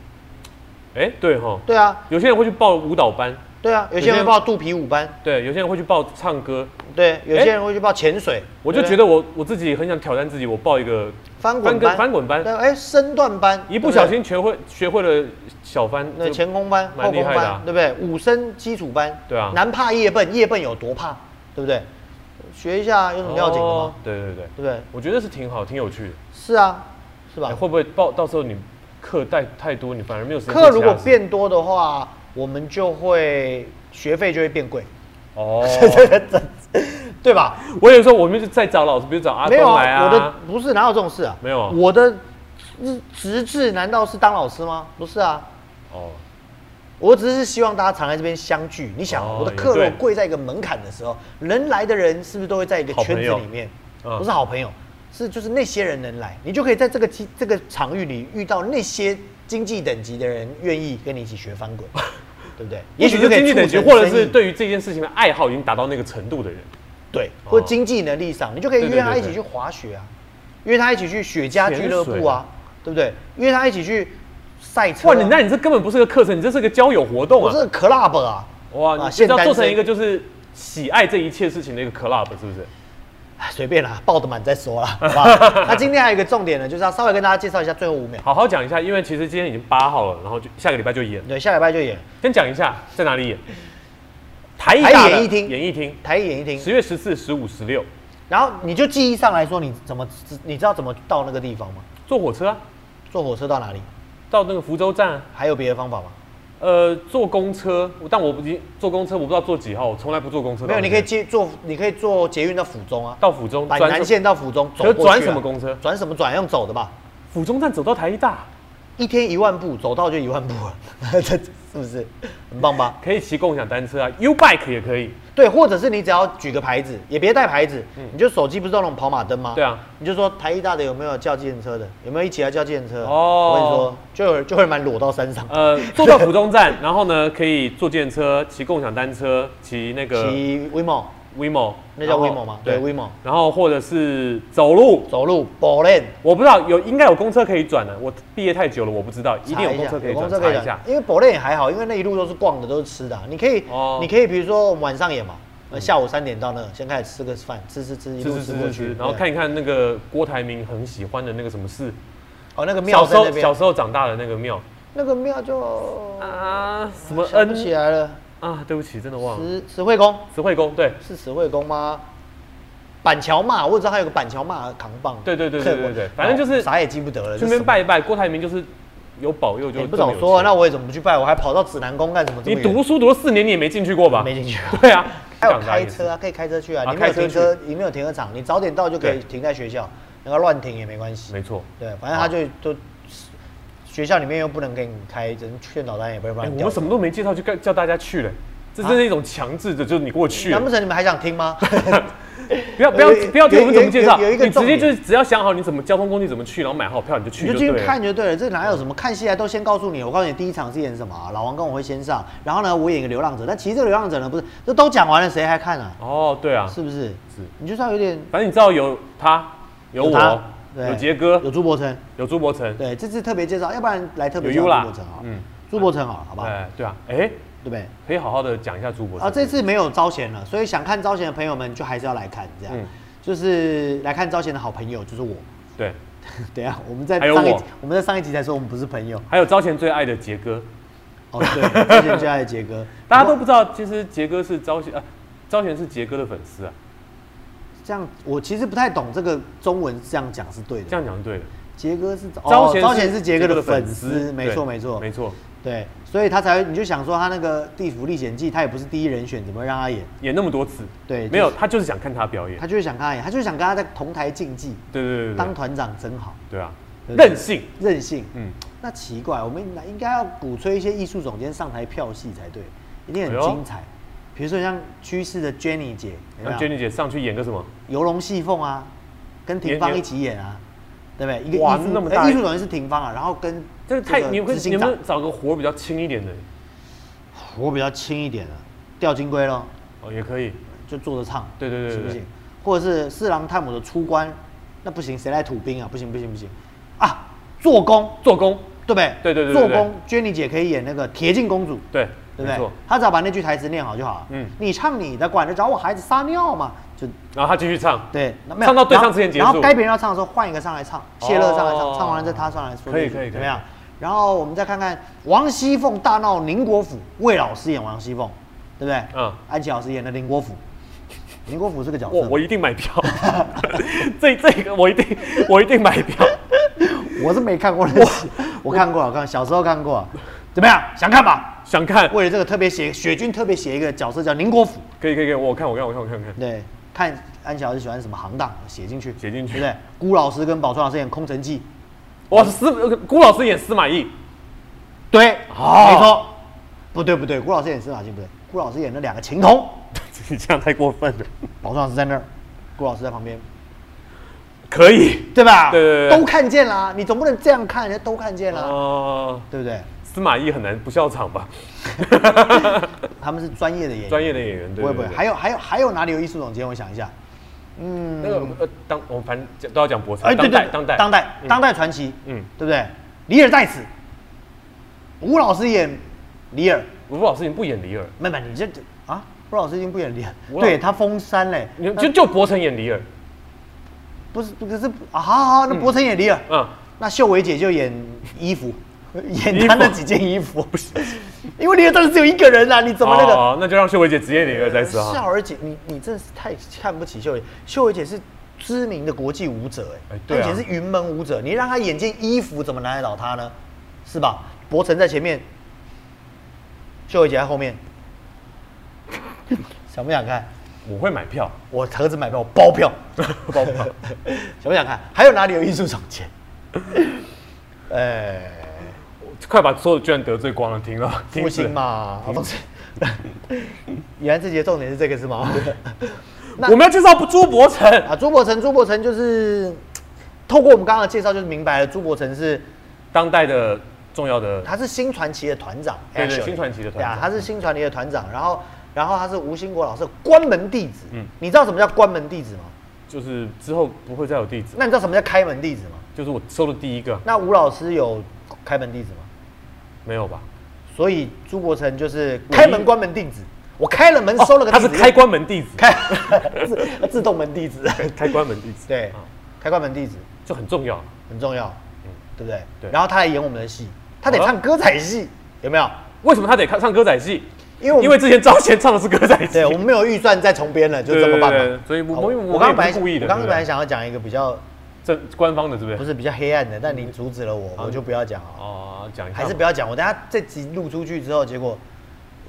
Speaker 2: 哎、对哈，
Speaker 3: 对啊，
Speaker 2: 有些人会去报舞蹈班，
Speaker 3: 对啊，有些
Speaker 2: 有些
Speaker 3: 人
Speaker 2: 人
Speaker 3: 会报肚皮舞班，
Speaker 2: 对，有些人会去报唱歌。
Speaker 3: 对，有
Speaker 2: 哎
Speaker 3: 些人会去报潜水。
Speaker 2: 我就
Speaker 3: 对不对
Speaker 2: 觉得我我自己很想挑战自己，我报一个
Speaker 3: 翻滚班、
Speaker 2: 翻滚班
Speaker 3: 对，哎，身段班，
Speaker 2: 一不小
Speaker 3: 对对
Speaker 2: 心学会学会了小翻，
Speaker 3: 那
Speaker 2: 就
Speaker 3: 前空班、
Speaker 2: 蛮
Speaker 3: 后
Speaker 2: 厉
Speaker 3: 空
Speaker 2: 害的啊
Speaker 3: 班，对不对？武生基础班，
Speaker 2: 对啊
Speaker 3: 男怕夜笨，夜笨有多怕，对不对？学一下有什么要紧的
Speaker 2: 哦
Speaker 3: 吗？
Speaker 2: 对对对，
Speaker 3: 对不对？
Speaker 2: 我觉得是挺好，挺有趣的。
Speaker 3: 是啊，是
Speaker 2: 哎
Speaker 3: 吧？
Speaker 2: 会不会报到时候你课带太多，你反而没有时间做
Speaker 3: 课如
Speaker 2: 其他
Speaker 3: 果
Speaker 2: 事
Speaker 3: 变多的话，我们就会学费就会变贵，
Speaker 2: 哦，
Speaker 3: 对吧？
Speaker 2: 我有时候我们就再找老师，比如找阿
Speaker 3: 没有
Speaker 2: 东来
Speaker 3: 我的
Speaker 2: 啊，
Speaker 3: 不是哪有这种事啊？
Speaker 2: 没有啊
Speaker 3: 我的日职志难道是当老师吗？不是啊，
Speaker 2: 哦，
Speaker 3: 我只是希望大家常在这边相聚。你想，
Speaker 2: 哦
Speaker 3: 我的
Speaker 2: 也
Speaker 3: 课如
Speaker 2: 对
Speaker 3: 果贵在一个门槛的时候，能来的人是不是都会在一个
Speaker 2: 好
Speaker 3: 圈
Speaker 2: 朋
Speaker 3: 子
Speaker 2: 友
Speaker 3: 里面？
Speaker 2: 嗯
Speaker 3: 不是好朋友，是就是那些人能来，你就可以在这个机这个场域里遇到那些经济等级的人愿意跟你一起学翻 滚，对不对？
Speaker 2: 也许
Speaker 3: 就是可以
Speaker 2: 经济等
Speaker 3: 促
Speaker 2: 级，
Speaker 3: 成
Speaker 2: 或者
Speaker 3: 生意
Speaker 2: 是对于这件事情的爱好已经达到那个程度的人，
Speaker 3: 对，
Speaker 2: 哦
Speaker 3: 或经济能力上，你就可以
Speaker 2: 对对
Speaker 3: 约他
Speaker 2: 对
Speaker 3: 一
Speaker 2: 对
Speaker 3: 起去滑雪啊，约他一起去雪茄俱乐部啊，对不对？约他一起去赛车、
Speaker 2: 哇，
Speaker 3: 啊。
Speaker 2: 你那你这根本不是个课程，你这是个交友活动
Speaker 3: 我
Speaker 2: 啊
Speaker 3: 是！个 club 啊，
Speaker 2: 哇，你
Speaker 3: 啊
Speaker 2: 这
Speaker 3: 现
Speaker 2: 要
Speaker 3: 单
Speaker 2: 做成
Speaker 3: 身
Speaker 2: 一个就是喜爱这一切事情的一个 club，是不是？
Speaker 3: 哎 随便啦，报的满再说啦， 好不好？那今天还有一个重点呢，就是要稍微跟大家介绍一下最后五秒。
Speaker 2: 好好讲一下，因为其实今天已经八号了，然后就下个礼拜就演。
Speaker 3: 对，下礼拜就演
Speaker 2: 先讲一下在哪里演，台艺
Speaker 3: 台艺
Speaker 2: 大的
Speaker 3: 演艺厅
Speaker 2: 演艺厅，
Speaker 3: 台艺演艺厅
Speaker 2: 十，月十四、十五、十六，
Speaker 3: 然后你就记忆上来说，你怎么你知道怎么到那个地方吗？
Speaker 2: 坐火车啊，
Speaker 3: 坐火车到哪里？
Speaker 2: 到那个福州站啊、
Speaker 3: 还有别的方法吗？
Speaker 2: 呃，坐公车，我但我不经坐公车，我不知道坐几号，我从来不坐公车到
Speaker 3: 没有，你
Speaker 2: 那边。
Speaker 3: 可以接坐，你可以坐捷运到府中啊，
Speaker 2: 到府中
Speaker 3: 板
Speaker 2: 什
Speaker 3: 南
Speaker 2: 么
Speaker 3: 线到府中走
Speaker 2: 可是
Speaker 3: 过去啊
Speaker 2: 转什么公车
Speaker 3: 转什么转？用走的吧？
Speaker 2: 府中站走到台一大，
Speaker 3: 一天一万步，走到就一万步了， 这是不是很棒吧？
Speaker 2: 可以骑共享单车啊，U Bike 也可以。
Speaker 3: 对，或者是你只要举个牌子，也别带牌子，
Speaker 2: 嗯
Speaker 3: 你就手机不是都那种跑马灯吗？
Speaker 2: 对啊，
Speaker 3: 你就说台艺大的有没有叫计程车的，有没有一起来叫计程车？我
Speaker 2: 哦
Speaker 3: 跟你说，就有人就会蛮裸到山上，
Speaker 2: 呃，坐到府中站，然后呢，可以坐电车、骑共享单车、骑那个
Speaker 3: 骑 WeMo，
Speaker 2: WeMo，
Speaker 3: 那叫
Speaker 2: 然
Speaker 3: WeMo
Speaker 2: 后
Speaker 3: 吗对 WeMo
Speaker 2: 然后或者是走路，
Speaker 3: 走路 b o l e n
Speaker 2: 我不知道有应该有公车可以转的、我毕业太久了，我不知道，一定有公车可以
Speaker 3: 有公
Speaker 2: 转，
Speaker 3: 车可以
Speaker 2: 查
Speaker 3: 转
Speaker 2: 一下。，
Speaker 3: 因为 b o l e n 也还好，因为那一路都是逛的，都是吃的啊、你可以，
Speaker 2: 哦
Speaker 3: 你可以比如说我们晚上演嘛，呃下午三点到那，先开始吃个饭，吃吃吃，一
Speaker 2: 吃
Speaker 3: 路
Speaker 2: 吃
Speaker 3: 吃
Speaker 2: 吃
Speaker 3: 过
Speaker 2: 吃
Speaker 3: 去
Speaker 2: 吃，，然后
Speaker 3: 对
Speaker 2: 看一看那个郭台铭很喜欢的那个什么事，
Speaker 3: 哦那个
Speaker 2: 小
Speaker 3: 庙
Speaker 2: 时
Speaker 3: 在那
Speaker 2: 候小
Speaker 3: 边，
Speaker 2: 时候长大的那个庙
Speaker 3: 那个庙就
Speaker 2: 啊，什么
Speaker 3: 想不起
Speaker 2: 恩
Speaker 3: 来了，
Speaker 2: 啊，对不起，真的忘了，
Speaker 3: 石石惠宫。
Speaker 2: 慈惠宫对，
Speaker 3: 是石惠公吗？板桥骂，我只知道他有个板桥骂扛棒。哦
Speaker 2: 对对对对对对对反正就是
Speaker 3: 啥也记不得了。
Speaker 2: 顺
Speaker 3: 这什
Speaker 2: 便
Speaker 3: 么
Speaker 2: 拜一拜，郭台铭就是有保佑就
Speaker 3: 哎
Speaker 2: 这么有钱、
Speaker 3: 不早说啊，那我也怎么不去拜？我还跑到指南宫干什么？这
Speaker 2: 你
Speaker 3: 么远
Speaker 2: 读书读了四年，你也没进去过吧？
Speaker 3: 没进去过。
Speaker 2: 对啊，
Speaker 3: 还有
Speaker 2: 港大
Speaker 3: 开
Speaker 2: 也是
Speaker 3: 车啊，可以开车去啊。
Speaker 2: 啊
Speaker 3: 你没有
Speaker 2: 开车
Speaker 3: 停
Speaker 2: 去
Speaker 3: 车，你没有停车场，你早点到就可以
Speaker 2: 对
Speaker 3: 停在学校，然后乱停也没关系。
Speaker 2: 没错。
Speaker 3: 对，反正他就都学校里面又不能给你开，人劝导单也不会
Speaker 2: 哎、
Speaker 3: 帮你
Speaker 2: 我
Speaker 3: 调
Speaker 2: 们。什么都没介绍，就叫叫大家去了，这真是一种强制的，就是你过去了
Speaker 3: 难不成你们还想听吗？
Speaker 2: 不要不要
Speaker 3: 有一
Speaker 2: 不要听我们怎么介绍，
Speaker 3: 有有有一个
Speaker 2: 你直接
Speaker 3: 重点
Speaker 2: 就是只要想好你怎么交通工具怎么去，然后买好票你就去
Speaker 3: 你就
Speaker 2: 就
Speaker 3: 进
Speaker 2: 对
Speaker 3: 去
Speaker 2: 了。
Speaker 3: 看就对了，这哪有什么看戏啊？都先告诉你，我告诉你第一场是演什么、啊，老王跟我会先上，然后呢，我演一个流浪者，但其实这个流浪者呢，不是这都讲完了，谁还看啊？
Speaker 2: 哦，对啊，
Speaker 3: 是不是？
Speaker 2: 是
Speaker 3: 你就是要有点
Speaker 2: 反正你知道有他，有我
Speaker 3: 他，
Speaker 2: 有杰哥，
Speaker 3: 有朱柏成，
Speaker 2: 有朱柏成，
Speaker 3: 对，这次特别介绍，要不然来特别
Speaker 2: 有
Speaker 3: 介绍
Speaker 2: U 啦
Speaker 3: 朱柏成好了，
Speaker 2: 嗯
Speaker 3: 嗯，朱柏成好了，好不好？
Speaker 2: 哎，对啊，哎、
Speaker 3: 对不对？
Speaker 2: 可以好好的讲一下朱柏成。
Speaker 3: 啊，这次没有招贤了，所以想看招贤的朋友们就还是要来看，这样，
Speaker 2: 嗯
Speaker 3: 就是来看招贤的好朋友就是我，
Speaker 2: 对，
Speaker 3: 等一下，我们在
Speaker 2: 还有
Speaker 3: 上一
Speaker 2: 我
Speaker 3: 集我们在上一集才说我们不是朋友
Speaker 2: 还有招贤最爱的杰哥，
Speaker 3: 哦，对，之前最爱的杰哥，
Speaker 2: 大家都不知道，其实杰哥是招贤，呃，招贤是杰哥的粉丝啊，
Speaker 3: 这样，我其实不太懂这个中文这样讲是对
Speaker 2: 这
Speaker 3: 的。
Speaker 2: 样讲是对的。
Speaker 3: 杰哥是哦
Speaker 2: 招贤
Speaker 3: 招贤是杰哥的
Speaker 2: 的
Speaker 3: 粉
Speaker 2: 丝，
Speaker 3: 丝，没错
Speaker 2: 对
Speaker 3: 没错
Speaker 2: 没错，
Speaker 3: 对，所以他才会你就想说他那个《地府历险记》，他也不是第一人选，怎么会让他演？
Speaker 2: 演那么多次，
Speaker 3: 对
Speaker 2: 没有
Speaker 3: 就是
Speaker 2: 他就是想看他表演
Speaker 3: 他，就是想跟他演，他就是想跟他在同台竞技，
Speaker 2: 对对对对，
Speaker 3: 当团长真好，
Speaker 2: 对啊，
Speaker 3: 对对
Speaker 2: 任性，
Speaker 3: 任性。
Speaker 2: 嗯，
Speaker 3: 那奇怪，我们应该要鼓吹一些艺术总监上台票戏才对，一定
Speaker 2: 哎
Speaker 3: 很
Speaker 2: 呦
Speaker 3: 精彩。比如说像趋势的 Jenny 姐，有没
Speaker 2: 让
Speaker 3: 有
Speaker 2: 啊 Jenny 姐上去演个什么？
Speaker 3: 游龙戏凤啊，跟廷芳
Speaker 2: 演
Speaker 3: 一起演啊，对不对？一个
Speaker 2: 哇
Speaker 3: 艺术
Speaker 2: 那么
Speaker 3: 哎
Speaker 2: 大
Speaker 3: 艺术总监是廷芳啊，然后跟
Speaker 2: 这个太，
Speaker 3: 个
Speaker 2: 你们
Speaker 3: 执
Speaker 2: 你
Speaker 3: 行长
Speaker 2: 们找个活比较轻一点的
Speaker 3: 我比较轻一点的，吊金龟咯，
Speaker 2: 哦，也可以。
Speaker 3: 就坐着唱，
Speaker 2: 对对对对
Speaker 3: 行不
Speaker 2: 对
Speaker 3: 行？或者是四郎探母的出关，那不行，谁来吐兵啊？不行不行不行，啊，做工
Speaker 2: 做工，
Speaker 3: 对不对？
Speaker 2: 对对对对
Speaker 3: 做
Speaker 2: 对
Speaker 3: 工，Jenny 姐可以演那个铁镜公主，
Speaker 2: 对，
Speaker 3: 对不
Speaker 2: 没
Speaker 3: 对
Speaker 2: 错。？
Speaker 3: 她只要把那句台词念好就好了。
Speaker 2: 嗯
Speaker 3: 你唱你的，管得着我孩子撒尿吗？就
Speaker 2: 然后他继续唱，
Speaker 3: 对，那没有
Speaker 2: 唱到对
Speaker 3: 然后
Speaker 2: 唱之前结束
Speaker 3: 然后该别人要唱的时候换一个上来唱，谢乐上来唱，
Speaker 2: 哦
Speaker 3: 唱完了再他上来说
Speaker 2: 可以
Speaker 3: 这句
Speaker 2: 可以可以
Speaker 3: 怎么样？然后我们再看看王熙凤大闹宁国府，魏老师演王熙凤，对不对？
Speaker 2: 嗯
Speaker 3: 安琪老师演的宁国府，宁国府是个角
Speaker 2: 我
Speaker 3: 色，
Speaker 2: 我一定买票， 这这个我一定我一定买票。
Speaker 3: 我是没看过的戏，我看过，我看小时候看过，怎么样？想看吧？
Speaker 2: 想看，
Speaker 3: 为了这个特别写雪军特别写一个角色叫宁国府，
Speaker 2: 可以可以可以，我看我看我看我看我看。
Speaker 3: 对，看安琪老师喜欢什么行当，写进去，
Speaker 2: 写进
Speaker 3: 对
Speaker 2: 去
Speaker 3: 不对？辜老师跟宝川老师演空城计，
Speaker 2: 哇，司呃顾老师演司马懿，
Speaker 3: 对，
Speaker 2: 哦
Speaker 3: 没错。不对不对，顾老师演司马懿不对，顾老师演了两个情童，
Speaker 2: 你这样太过分了。
Speaker 3: 宝壮老师在那儿，顾老师在旁边，
Speaker 2: 可以
Speaker 3: 对吧？
Speaker 2: 对对对对
Speaker 3: 都看见啦，你总不能这样看，人家都看见啦，
Speaker 2: 哦，
Speaker 3: 对不对？
Speaker 2: 司马懿很难不笑场吧？
Speaker 3: 他们是专业的演员，
Speaker 2: 专业的演员，对
Speaker 3: 不
Speaker 2: 啊
Speaker 3: 会不会。还
Speaker 2: 有
Speaker 3: 有还有还有哪里有艺术总监？我想一下，
Speaker 2: 那个呃，当我们反正都要讲博士，
Speaker 3: 嗯哎，对
Speaker 2: 当代
Speaker 3: 对，
Speaker 2: 当代
Speaker 3: 当代
Speaker 2: 嗯
Speaker 3: 当代传奇，
Speaker 2: 嗯，
Speaker 3: 对不对？李尔在此，吴老师演李尔，
Speaker 2: 吴老师已经不演李尔，
Speaker 3: 妹妹你这啊，吴老师已经不演李尔，
Speaker 2: 吴老
Speaker 3: 对他封山嘞，
Speaker 2: 你就就博成演李尔，
Speaker 3: 不是不是啊，好好好，那伯承演李尔，
Speaker 2: 嗯，
Speaker 3: 那秀维姐就演衣服，
Speaker 2: 衣
Speaker 3: 演
Speaker 2: 服
Speaker 3: 她那几件衣服， 不是，因为李尔当时只有一个人啦、你怎么那个？啊
Speaker 2: 哦那就让秀维姐直接演李尔再啊死哈。
Speaker 3: 秀儿姐，你你真的是太看不起秀维，秀维姐是知名的国际舞者、哎、
Speaker 2: 哎对啊
Speaker 3: 她以前是云门舞者，你让她演件衣服，怎么难得倒她呢？是吧？伯承在前面，秀维姐在后面， 想不想看？
Speaker 2: 我会买票，
Speaker 3: 我盒子买票，我包 票，包票，想不想看？还有哪里有艺术总监？ 呃，
Speaker 2: 快把所有的居然得罪光了， 停了，停
Speaker 3: 复
Speaker 2: 止
Speaker 3: 兴。嘛，不是。 原来这节重点是这个是 吗？那
Speaker 2: 我们要介绍朱伯成，
Speaker 3: 啊，朱伯成，朱伯成就是透过我们刚刚的介绍，就是明白了朱伯成是
Speaker 2: 当代的重要的
Speaker 3: 他是新传奇的团长，
Speaker 2: 对对
Speaker 3: actually
Speaker 2: 新传奇的团长
Speaker 3: 对啊，他是新传奇的团长，然后然后他是吴兴国老师的关门弟子，
Speaker 2: 嗯
Speaker 3: 你知道什么叫关门弟子吗？
Speaker 2: 就是之后不会再有弟子，
Speaker 3: 那你知道什么叫开门弟子吗？
Speaker 2: 就是我收的第一个，
Speaker 3: 那吴老师有开门弟子吗？
Speaker 2: 没有吧？
Speaker 3: 所以朱伯成就是开门关门弟子，我开了门
Speaker 2: 哦
Speaker 3: 收了个
Speaker 2: 他
Speaker 3: 弟
Speaker 2: 是
Speaker 3: 子，
Speaker 2: 开关门弟子，
Speaker 3: 开 自自动门弟 子，
Speaker 2: 开关门弟子，
Speaker 3: 对
Speaker 2: 啊，
Speaker 3: 开关门弟子
Speaker 2: 就很重要。
Speaker 3: 很重要，
Speaker 2: 嗯
Speaker 3: 对不对？
Speaker 2: 对哦
Speaker 3: 然后他来演我们的戏，他得
Speaker 2: 好啊
Speaker 3: 唱歌仔戏，有没有？
Speaker 2: 为什么他得看唱歌仔戏？
Speaker 3: 因为我们
Speaker 2: 因为之前招贤唱的是歌仔戏，
Speaker 3: 对我们没有预算再重编了，就
Speaker 2: 对
Speaker 3: 这么办
Speaker 2: 对对
Speaker 3: 吧
Speaker 2: 对。所以我
Speaker 3: 好
Speaker 2: 我
Speaker 3: 我
Speaker 2: 我
Speaker 3: 刚
Speaker 2: 也
Speaker 3: 刚
Speaker 2: 不
Speaker 3: 本
Speaker 2: 是
Speaker 3: 来
Speaker 2: 故意的
Speaker 3: 我刚刚
Speaker 2: 对不对
Speaker 3: 本来想要讲一个比较
Speaker 2: 这官方的是不是？
Speaker 3: 不是比较黑暗的，但
Speaker 2: 嗯
Speaker 3: 你阻止了我，我就不要讲了，
Speaker 2: 哦，讲一下吧，
Speaker 3: 还是不要讲。我等下这集录出去之后，结果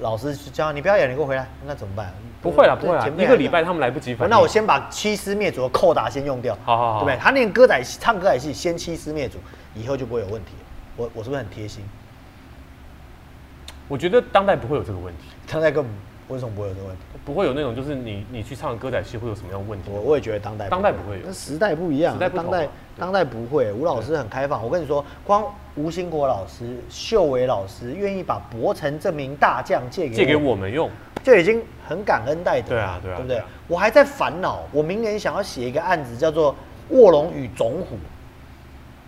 Speaker 3: 老师就叫他你不要演，你给我回来，那怎么办？
Speaker 2: 不会啦，不会啦
Speaker 3: 前，面
Speaker 2: 一
Speaker 3: 还
Speaker 2: 个礼拜他们来不及反应。
Speaker 3: 那我先把欺师灭祖的扣打先用掉，
Speaker 2: 好好好
Speaker 3: 对不对？他念歌仔戏、唱歌仔戏，先欺师灭祖，以后就不会有问题了。我我是不是很贴心？
Speaker 2: 我觉得当代不会有这个问题，
Speaker 3: 当代根本为什么不会有这个问题？
Speaker 2: 不会有那种就是你你去唱歌仔戏会有什么样的问题？
Speaker 3: 我我也觉得当代
Speaker 2: 当代不会有
Speaker 3: 那时代不一样，
Speaker 2: 时代不同
Speaker 3: 当
Speaker 2: 啊
Speaker 3: 代
Speaker 2: 对
Speaker 3: 当代不会。吴老师很开放，我跟你说，光吴兴国老师、秀伟老师愿意把伯承这名大将借给
Speaker 2: 借给我们用，
Speaker 3: 就已经很感恩戴德了，
Speaker 2: 对啊对啊
Speaker 3: 对不对？
Speaker 2: 对啊
Speaker 3: 我还在烦恼，我明年想要写一个案子，叫做《卧龙与种虎》，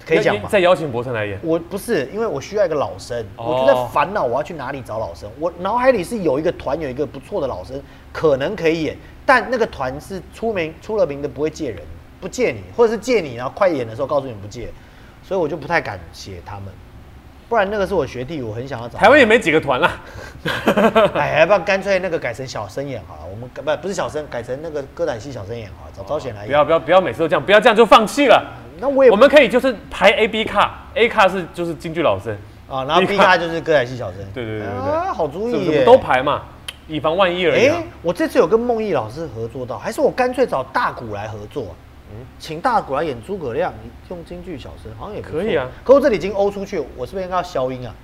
Speaker 3: 可以讲吗
Speaker 2: 再？邀请伯承来演。
Speaker 3: 我不是，因为我需要一个老生，
Speaker 2: 哦
Speaker 3: 我就在烦恼我要去哪里找老生。我脑海里是有一个团，有一个不错的老生，可能可以演，但那个团是出名出了名的不会借人，不借你，或者是借你，然后快演的时候告诉你不借，所以我就不太敢写他们。不然那个是我学弟，我很想要找他们。
Speaker 2: 台湾也没几个团啦。
Speaker 3: 哎，要不然干脆那个改成小生演好了。我们不不是小生，改成那个歌仔戏小生演好了，找招贤来
Speaker 2: 哦不
Speaker 3: 演。
Speaker 2: 要不要不要每次都这样，不要这样就放弃了。
Speaker 3: 那我也
Speaker 2: 我们可以就是排 A B 卡，A 卡是就是京剧老生，
Speaker 3: 啊，然后 B 咖就是歌仔戏小生。
Speaker 2: 对对对对对
Speaker 3: 啊，好主
Speaker 2: 是
Speaker 3: 意耶
Speaker 2: 不是？我们都排嘛，以防万一而已、
Speaker 3: 哎、
Speaker 2: 啊。
Speaker 3: 我这次有跟孟毅老师合作到，还是我干脆找大鼓来合作、嗯，请大鼓来演诸葛亮，用京剧小生好像也不错
Speaker 2: 可以啊。
Speaker 3: 可我这里已经欧出去，我是不是应该要消音啊？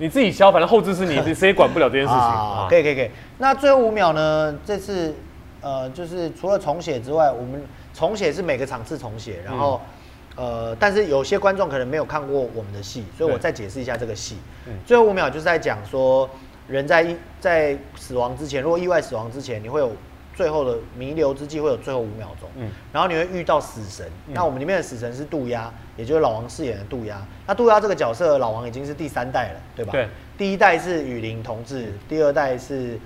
Speaker 2: 你自己消，反正后置是 你，谁也管不了这件事情
Speaker 3: 啊
Speaker 2: 啊，。
Speaker 3: 可以可以可以。那最后五秒呢？这次呃，就是除了重写之外，我们重写是每个场次重写，
Speaker 2: 嗯
Speaker 3: 然后、呃，但是有些观众可能没有看过我们的戏，所以我
Speaker 2: 对
Speaker 3: 再解释一下这个戏
Speaker 2: 嗯。
Speaker 3: 最后五秒就是在讲说，人在意在死亡之前，如果意外死亡之前，你会有。最后的弥留之际会有最后五秒钟，
Speaker 2: 嗯
Speaker 3: 然后你会遇到死神。那我们里面的死神是渡鸦，也就是老王饰演的渡鸦。那渡鸦这个角色，老王已经是第三代了，对吧？
Speaker 2: 对
Speaker 3: 第一代是雨林同志，第二代是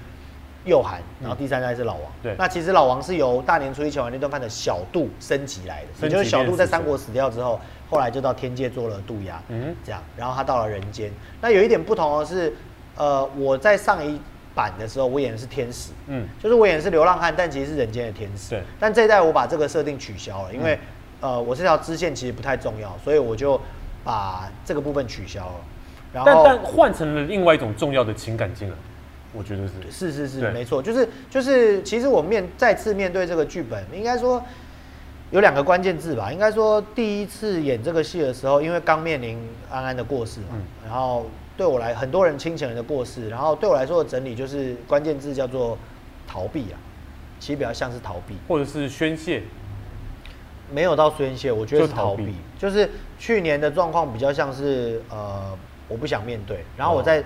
Speaker 3: 幼涵，然后第三代是老王。
Speaker 2: 嗯对
Speaker 3: 那其实老王是由大年初一前完那顿饭的小杜升级来的，也
Speaker 2: 升级
Speaker 3: 就是小
Speaker 2: 变
Speaker 3: 杜在
Speaker 2: 死
Speaker 3: 三
Speaker 2: 神
Speaker 3: 国死掉之后，后来就到天界做了渡鸦，
Speaker 2: 嗯
Speaker 3: 嗯，这样，然后他到了人间。那有一点不同的是，呃，我在上一版的时候，我演的是天使，
Speaker 2: 嗯，
Speaker 3: 就是我演的是流浪汉，但其实是人间的天使。
Speaker 2: 对嗯
Speaker 3: 但这一代我把这个设定取消了，因为、呃，我这条支线其实不太重要，所以我就把这个部分取消了。然
Speaker 2: 但
Speaker 3: 后
Speaker 2: 但换成了另外一种重要的情感进来，我觉得是。
Speaker 3: 是是是，
Speaker 2: 对
Speaker 3: 没错，就是就是，其实我面再次面对这个剧本，应该说有两个关键字吧。应该说第一次演这个戏的时候，因为刚面临安安的过世嘛，
Speaker 2: 嗯
Speaker 3: 然后对我来很多人亲情人的过世，然后对我来说的整理就是关键字叫做逃避啊，其实比较像是逃避。
Speaker 2: 或者是宣泄，
Speaker 3: 没有到宣泄，我觉得
Speaker 2: 就是逃
Speaker 3: 逃避
Speaker 2: 避，
Speaker 3: 就是去年的状况比较像是呃，我不想面对。然
Speaker 2: 哦
Speaker 3: 后我在，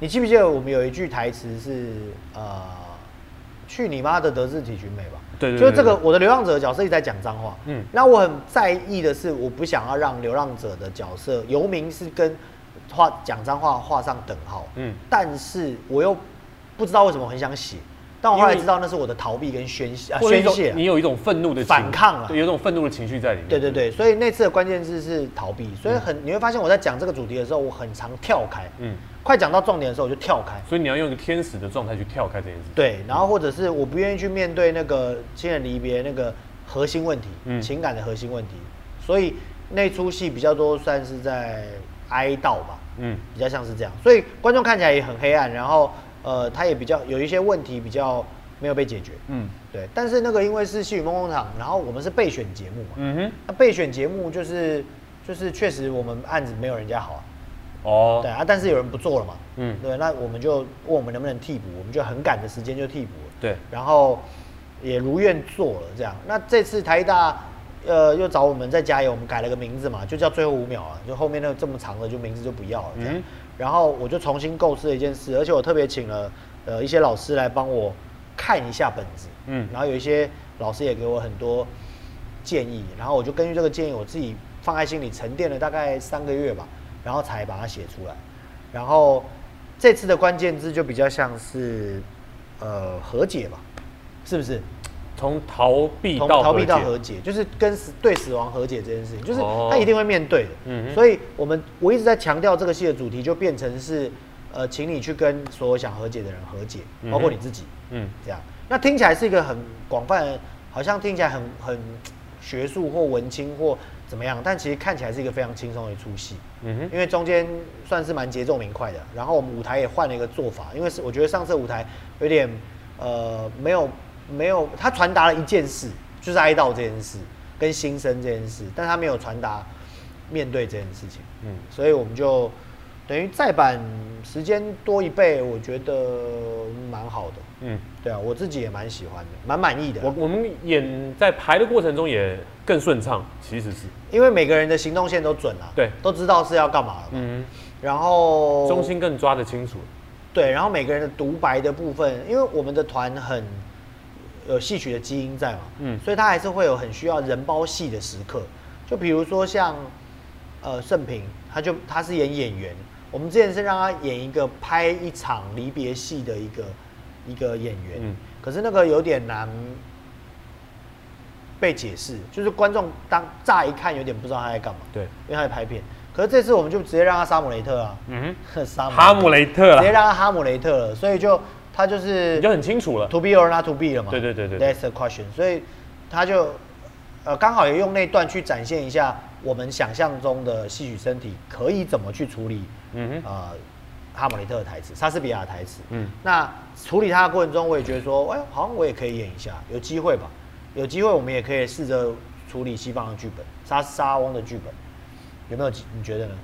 Speaker 3: 你记不记得我们有一句台词是呃，去你妈的德智体群美吧？
Speaker 2: 对对对
Speaker 3: 就是这个
Speaker 2: 对
Speaker 3: 我的流浪者的角色一直在讲脏话，
Speaker 2: 嗯
Speaker 3: 嗯，那我很在意的是，我不想要让流浪者的角色游民是跟画讲脏话画上等号，
Speaker 2: 嗯
Speaker 3: 嗯，但是我又不知道为什么很想写，但我后
Speaker 2: 因
Speaker 3: 来
Speaker 2: 为
Speaker 3: 知道那是我的逃避跟宣泄、啊
Speaker 2: 或者一
Speaker 3: 宣
Speaker 2: 种
Speaker 3: 泄啊、
Speaker 2: 你有一种愤怒的情
Speaker 3: 反抗啊
Speaker 2: 对，有一种愤怒的情绪在里面。
Speaker 3: 对对对，所以那次的关键字是逃避，所以很、你会发现我在讲这个主题的时候，我很常跳开，
Speaker 2: 嗯，
Speaker 3: 快讲到重点的时候我就跳开，
Speaker 2: 所以你要用一个天使的状态去跳开这件事情。
Speaker 3: 对，然后或者是我不愿意去面对那个亲人离别那个核心问题，
Speaker 2: 嗯
Speaker 3: 情感的核心问题，所以那出戏比较多算是在哀悼吧，
Speaker 2: 嗯，
Speaker 3: 比较像是这样，所以观众看起来也很黑暗，然后呃，他也比较有一些问题比较没有被解决，
Speaker 2: 嗯
Speaker 3: 对，但是那个因为是戏语梦工厂，然后我们是备选节目嘛，
Speaker 2: 嗯哼，
Speaker 3: 那啊备选节目就是就是确实我们案子没有人家好啊、
Speaker 2: 哦，
Speaker 3: 对啊，但是有人不做了嘛，
Speaker 2: 嗯
Speaker 3: 嗯，对，那我们就问我们能不能替补，我们就很赶的时间就替补了，
Speaker 2: 对
Speaker 3: 然后也如愿做了这样。那这次台大呃又找我们再加油，我们改了个名字嘛，就叫最后五秒啊，就后面那个这么长的就名字就不要了这样。
Speaker 2: 嗯
Speaker 3: 然后我就重新构思了一件事，而且我特别请了呃一些老师来帮我看一下本子，
Speaker 2: 嗯
Speaker 3: 嗯，然后有一些老师也给我很多建议，然后我就根据这个建议，我自己放在心里沉淀了大概三个月吧，然后才把它写出来。然后这次的关键字就比较像是呃和解吧，是不是？
Speaker 2: 从逃避
Speaker 3: 从
Speaker 2: 到
Speaker 3: 逃避到
Speaker 2: 和
Speaker 3: 和
Speaker 2: 解，
Speaker 3: 解，就是跟死对死亡和解这件事情，就是
Speaker 2: 哦
Speaker 3: 他一定会面对的。
Speaker 2: 嗯哼
Speaker 3: 所以我们我一直在强调这个戏的主题，就变成是呃，请你去跟所有想和解的人和解
Speaker 2: 嗯，哼
Speaker 3: 包括你自己。
Speaker 2: 嗯，
Speaker 3: 这样，那听起来是一个很广泛的，好像听起来很很学术或文青或怎么样，但其实看起来是一个非常轻松的一出戏。
Speaker 2: 嗯哼
Speaker 3: 因为中间算是蛮节奏明快的，然后我们舞台也换了一个做法，因为是我觉得上次舞台有点呃没有没有，他传达了一件事，就是哀悼这件事跟新生这件事，但他没有传达面对这件事情，
Speaker 2: 嗯
Speaker 3: 嗯，所以我们就等于再版时间多一倍，我觉得蛮好的，
Speaker 2: 嗯，
Speaker 3: 对啊，我自己也蛮喜欢的，蛮满意的啊。
Speaker 2: 我我们演在排的过程中也更顺畅，其实是，
Speaker 3: 因为每个人的行动线都准了、啊
Speaker 2: 对
Speaker 3: 都知道是要干嘛了嘛。
Speaker 2: 嗯，
Speaker 3: 然后
Speaker 2: 中心更抓得清楚，
Speaker 3: 对，然后每个人的独白的部分，因为我们的团很有戏曲的基因在嘛，
Speaker 2: 嗯
Speaker 3: 嗯，所以他还是会有很需要人包戏的时刻。就比如说像呃盛平，他就他是演演员，我们之前是让他演一个拍一场离别戏的一个一个演员，
Speaker 2: 嗯
Speaker 3: 可是那个有点难被解释，就是观众当乍一看有点不知道他在干嘛，
Speaker 2: 对，
Speaker 3: 因为他在拍片。可是这次我们就直接让他杀姆雷特啊，
Speaker 2: 嗯，
Speaker 3: 杀姆
Speaker 2: 哈姆雷特
Speaker 3: 直接
Speaker 2: 啦，
Speaker 3: 让他哈姆雷特了，所以就他就是
Speaker 2: 你就很清楚了。
Speaker 3: to be or not to be 了嘛。
Speaker 2: 对对对对对
Speaker 3: ，That's the question。所以他就呃刚好也用那段去展现一下我们想象中的戏曲身体可以怎么去处理，
Speaker 2: 嗯哼，
Speaker 3: 呃，哈姆雷特的台词，莎士比亚的台词。
Speaker 2: 嗯，
Speaker 3: 那处理他的过程中，我也觉得说，哎，好像我也可以演一下，有机会吧？有机会，我们也可以试着处理西方的剧本，莎莎翁的剧本，有没有机？你觉得呢？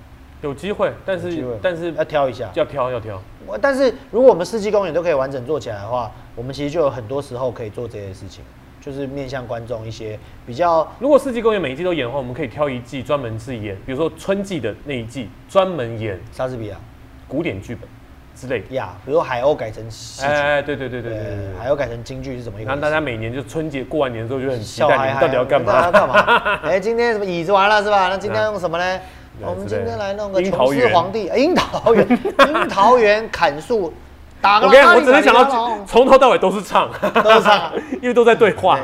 Speaker 2: 有机会，但
Speaker 3: 有机会
Speaker 2: 是
Speaker 3: 吗
Speaker 2: 但是
Speaker 3: 要啊挑一下，
Speaker 2: 要挑要挑，
Speaker 3: 我但是如果我们世纪公园都可以完整做起来的话，我们其实就有很多时候可以做这些事情，就是面向观众一些比较
Speaker 2: 如果四季公演每一季都演的话，我们可以挑一季专门是演，比如说春季的那一季专门演
Speaker 3: 莎士比亚
Speaker 2: 古典剧本之类的。
Speaker 3: 呀比如说海鸥改成戏剧，
Speaker 2: 哎，对对对对对对对
Speaker 3: 海。鸥改成京剧是怎么一
Speaker 2: 然
Speaker 3: 回
Speaker 2: 后大家
Speaker 3: 事？
Speaker 2: 每年就春节过完年之后就很期
Speaker 3: 笑
Speaker 2: 待
Speaker 3: 嗨
Speaker 2: 你们
Speaker 3: 嗨，啊
Speaker 2: 到底要干
Speaker 3: 到底要
Speaker 2: 嘛？
Speaker 3: 干 嘛？哎，今天什么椅子完了是吧？那今天
Speaker 2: 啊
Speaker 3: 用什么呢？
Speaker 2: 对
Speaker 3: 我们
Speaker 2: 之类
Speaker 3: 今天
Speaker 2: 的
Speaker 3: 来弄个
Speaker 2: 樱桃
Speaker 3: 琼斯
Speaker 2: 园
Speaker 3: 皇帝，哎樱桃园， 樱桃园砍树，打个
Speaker 2: 我跟你
Speaker 3: 拉
Speaker 2: 讲，我
Speaker 3: 力
Speaker 2: 只是想
Speaker 3: 打个拉
Speaker 2: 到
Speaker 3: 力
Speaker 2: 从头到尾都是唱，
Speaker 3: 都是唱
Speaker 2: 因为都在对话。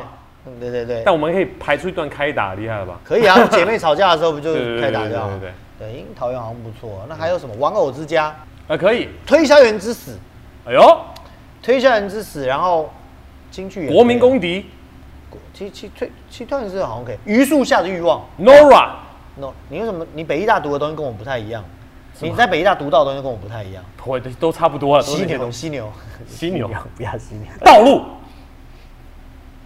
Speaker 3: 对对对对，
Speaker 2: 啊但我们可以排出一段开打，厉害了吧？
Speaker 3: 可以啊，姐妹吵架的时候不就
Speaker 2: 对对对
Speaker 3: 可以打掉
Speaker 2: 对
Speaker 3: 吗？
Speaker 2: 对
Speaker 3: 对，樱桃园好像不错。那还有什么？玩偶之家、
Speaker 2: 啊，可以。
Speaker 3: 推销员之死、
Speaker 2: 哎呦，
Speaker 3: 推销员之死，然后京剧也可以
Speaker 2: 国民，公敌
Speaker 3: 国其其推其推销员之死好像可以。榆树下的欲望
Speaker 2: Nora，
Speaker 3: ，no，你为什么你北医大读的东西跟我不太一样？你在北医大读到的东西跟我不太一样。
Speaker 2: 我的都差不多了。都
Speaker 3: 犀
Speaker 2: 是那种
Speaker 3: 牛，犀牛，
Speaker 2: 犀牛，
Speaker 3: 不要犀牛，
Speaker 2: 道路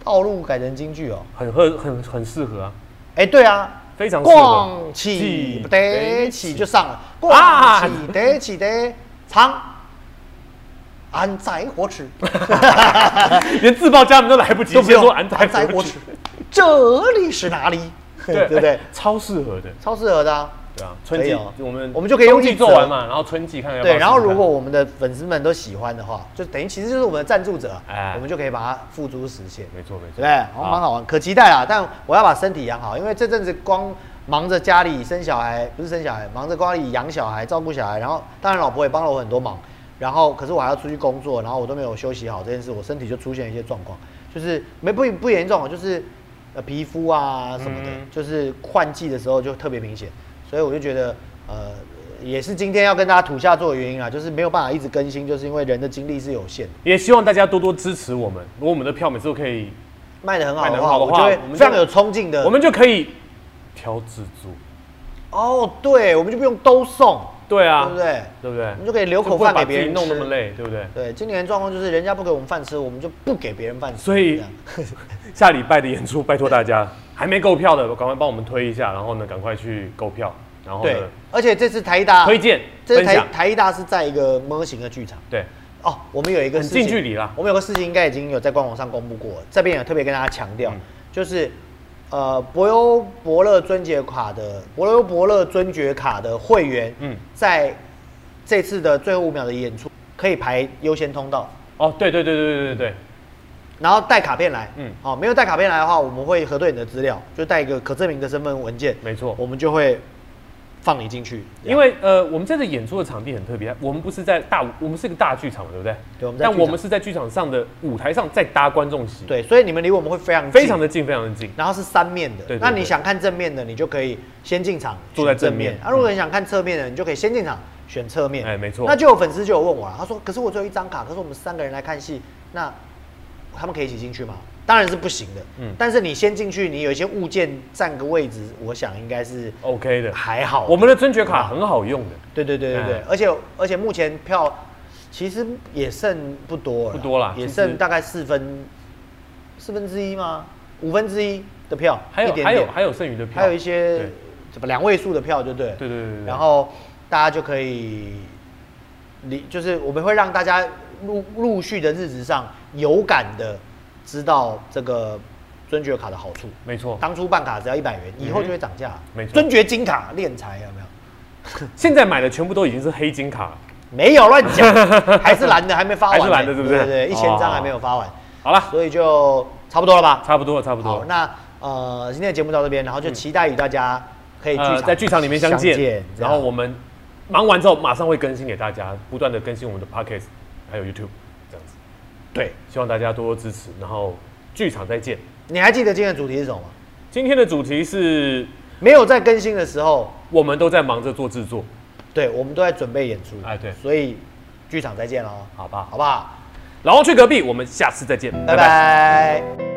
Speaker 3: 道路改成京剧哦。
Speaker 2: 很合，很很适合啊。
Speaker 3: 哎，对啊，
Speaker 2: 非常适合
Speaker 3: 逛起
Speaker 2: 起
Speaker 3: 得起就上了，逛
Speaker 2: 啊
Speaker 3: 起得起得长，安在火池。
Speaker 2: 连自报家门都来不及，
Speaker 3: 都不
Speaker 2: 先
Speaker 3: 用
Speaker 2: 说哎安在
Speaker 3: 安在
Speaker 2: 国
Speaker 3: 国
Speaker 2: 耻
Speaker 3: 耻，这里是哪 里？对不对？
Speaker 2: 哎超适合的，
Speaker 3: 超适合的啊。
Speaker 2: 对啊，春季
Speaker 3: 可以哦
Speaker 2: 我们
Speaker 3: 我们就可以用
Speaker 2: 冬季
Speaker 3: 一则
Speaker 2: 做完嘛，然后春季看看要不要
Speaker 3: 对，然后
Speaker 2: 试试
Speaker 3: 如
Speaker 2: 看
Speaker 3: 果我们的粉丝们都喜欢的话，就等于其实就是我们的赞助者啊，
Speaker 2: 哎
Speaker 3: 我们就可以把它付诸实现，
Speaker 2: 没错没
Speaker 3: 对不
Speaker 2: 错，
Speaker 3: 对？好像蛮好玩，可期待啦。啊但我要把身体养好，因为这阵子光忙着家里生小孩，不是生小孩，忙着家里养小孩、照顾小孩，然后当然老婆也帮了我很多忙，然后可是我还要出去工作，然后我都没有休息好这件事，我身体就出现一些状况，就是没不不严重，就是呃皮肤啊什么的，
Speaker 2: 嗯
Speaker 3: 就是换季的时候就特别明显，所以我就觉得呃也是今天要跟大家吐下做的原因啊，就是没有办法一直更新，就是因为人的精力是有限的。
Speaker 2: 也希望大家多多支持我们，如果我们的票每次都可以，
Speaker 3: 卖的很好
Speaker 2: 卖得
Speaker 3: 的
Speaker 2: 很
Speaker 3: 话，
Speaker 2: 好的
Speaker 3: 我就
Speaker 2: 话
Speaker 3: 会
Speaker 2: 我们
Speaker 3: 非
Speaker 2: 就
Speaker 3: 常有冲劲的。
Speaker 2: 我们就可以挑自助，
Speaker 3: 哦，对，我们就不用都送，
Speaker 2: 对啊，
Speaker 3: 对不对？
Speaker 2: 对不对？
Speaker 3: 我们就可以留口饭给别人吃
Speaker 2: 就不会把自己弄那么累，对不对？
Speaker 3: 对，今年的状况就是人家不给我们饭吃，我们就不给别人饭吃。
Speaker 2: 所以
Speaker 3: 这样啊
Speaker 2: 下礼拜的演出，拜托大家还没购票的，赶快帮我们推一下，然后呢，赶快去购票，然后
Speaker 3: 对
Speaker 2: 呢，，
Speaker 3: 而且这次台大
Speaker 2: 哦推，荐
Speaker 3: 这次
Speaker 2: 分
Speaker 3: 台
Speaker 2: 享，
Speaker 3: 台大是在一个模型的剧场。
Speaker 2: 对，
Speaker 3: 哦，我们有一个
Speaker 2: 很
Speaker 3: 事情
Speaker 2: 近距离啦
Speaker 3: 我们有个事情应该已经有在官网上公布过，这边也特别跟大家强调，
Speaker 2: 嗯
Speaker 3: 就是呃博优伯乐尊爵卡的博优伯乐尊爵卡的会员，
Speaker 2: 嗯
Speaker 3: 嗯，在这次的最后五秒的演出可以排优先通道，
Speaker 2: 哦，对对对对对对对，
Speaker 3: 然后带卡片来，
Speaker 2: 嗯
Speaker 3: 嗯，好、没有带卡片来的话，我们会核对你的资料，就带一个可证明的身份文件，
Speaker 2: 没错
Speaker 3: 我们就会放你进去，
Speaker 2: 因
Speaker 3: 为
Speaker 2: 为呃，我们这次演出的场地很特别，我们不是在大，我们是一个大剧场，对不对？
Speaker 3: 对我们在
Speaker 2: 但
Speaker 3: 剧场
Speaker 2: 我们是在剧场上的舞台上再搭观众席，，
Speaker 3: 对，所以你们离我们会非常近
Speaker 2: 非常的近，非常的近。
Speaker 3: 然后是三面的。
Speaker 2: 对对
Speaker 3: 那你
Speaker 2: 对
Speaker 3: 想看正面的，你就可以先进场
Speaker 2: 坐在
Speaker 3: 选正
Speaker 2: 正面嗯
Speaker 3: 啊，如果你想看侧面的，你就可以先进场选侧面。
Speaker 2: 哎没错
Speaker 3: 那就有粉丝就有问我了，他说：“可是我只有一张卡，可是我们三个人来看戏，那他们可以一起进去吗？”当然是不行的。
Speaker 2: 嗯
Speaker 3: 嗯。但是你先进去，你有一些物件占个位置，我想应该是
Speaker 2: OK 的，
Speaker 3: 还好。
Speaker 2: 我们的尊爵卡很好用的，
Speaker 3: 对对对对对
Speaker 2: 哎，
Speaker 3: 而且而且目前票其实也剩不多了啦，
Speaker 2: 不多啦
Speaker 3: 也
Speaker 2: 其实
Speaker 3: 剩大概四分四分之一吗？五分之一的票，
Speaker 2: 还有
Speaker 3: 一点点
Speaker 2: 还有还有剩余的票，
Speaker 3: 还有一
Speaker 2: 对
Speaker 3: 些什么两位数的票，就对了。
Speaker 2: 对对对对对
Speaker 3: 然后大家就可以理，就是我们会让大家陆陆续的日子上有感的知道这个尊爵卡的好处。
Speaker 2: 没错，
Speaker 3: 当初办卡只要一百元，以后就会涨价。
Speaker 2: 嗯没错
Speaker 3: 尊爵金卡练财有没有？
Speaker 2: 现在买的全部都已经是黑金卡了。
Speaker 3: 没有乱 讲，还是蓝的，还没发完呢、
Speaker 2: 还是蓝的对不对
Speaker 3: 对对，一千张
Speaker 2: 哦
Speaker 3: 还没有发完，
Speaker 2: 好了，
Speaker 3: 所以就差不多了吧。
Speaker 2: 差不多了，差不多
Speaker 3: 好，
Speaker 2: 了。
Speaker 3: 那呃，今天的节目到这边，然后就期待与大家可以剧场、
Speaker 2: 嗯呃，在剧场里面相见，然
Speaker 3: 然
Speaker 2: 后
Speaker 3: 后
Speaker 2: 我
Speaker 3: 我
Speaker 2: 们忙完之后马上会更新给大家，不断的更新我们的 Podcast，还有 YouTube，这样子。
Speaker 3: 对
Speaker 2: 希望大家多多支持，然后剧场再见。
Speaker 3: 你还记得今天的主题是什么吗？
Speaker 2: 今天的主题是
Speaker 3: 没有在更新的时候，
Speaker 2: 我们都在忙着做制作，
Speaker 3: 对我们都在准备演出。
Speaker 2: 哎对
Speaker 3: 所以剧场再见喽，
Speaker 2: 好吧？
Speaker 3: 好不好？
Speaker 2: 老王去隔壁，我们下次再见，
Speaker 3: 拜拜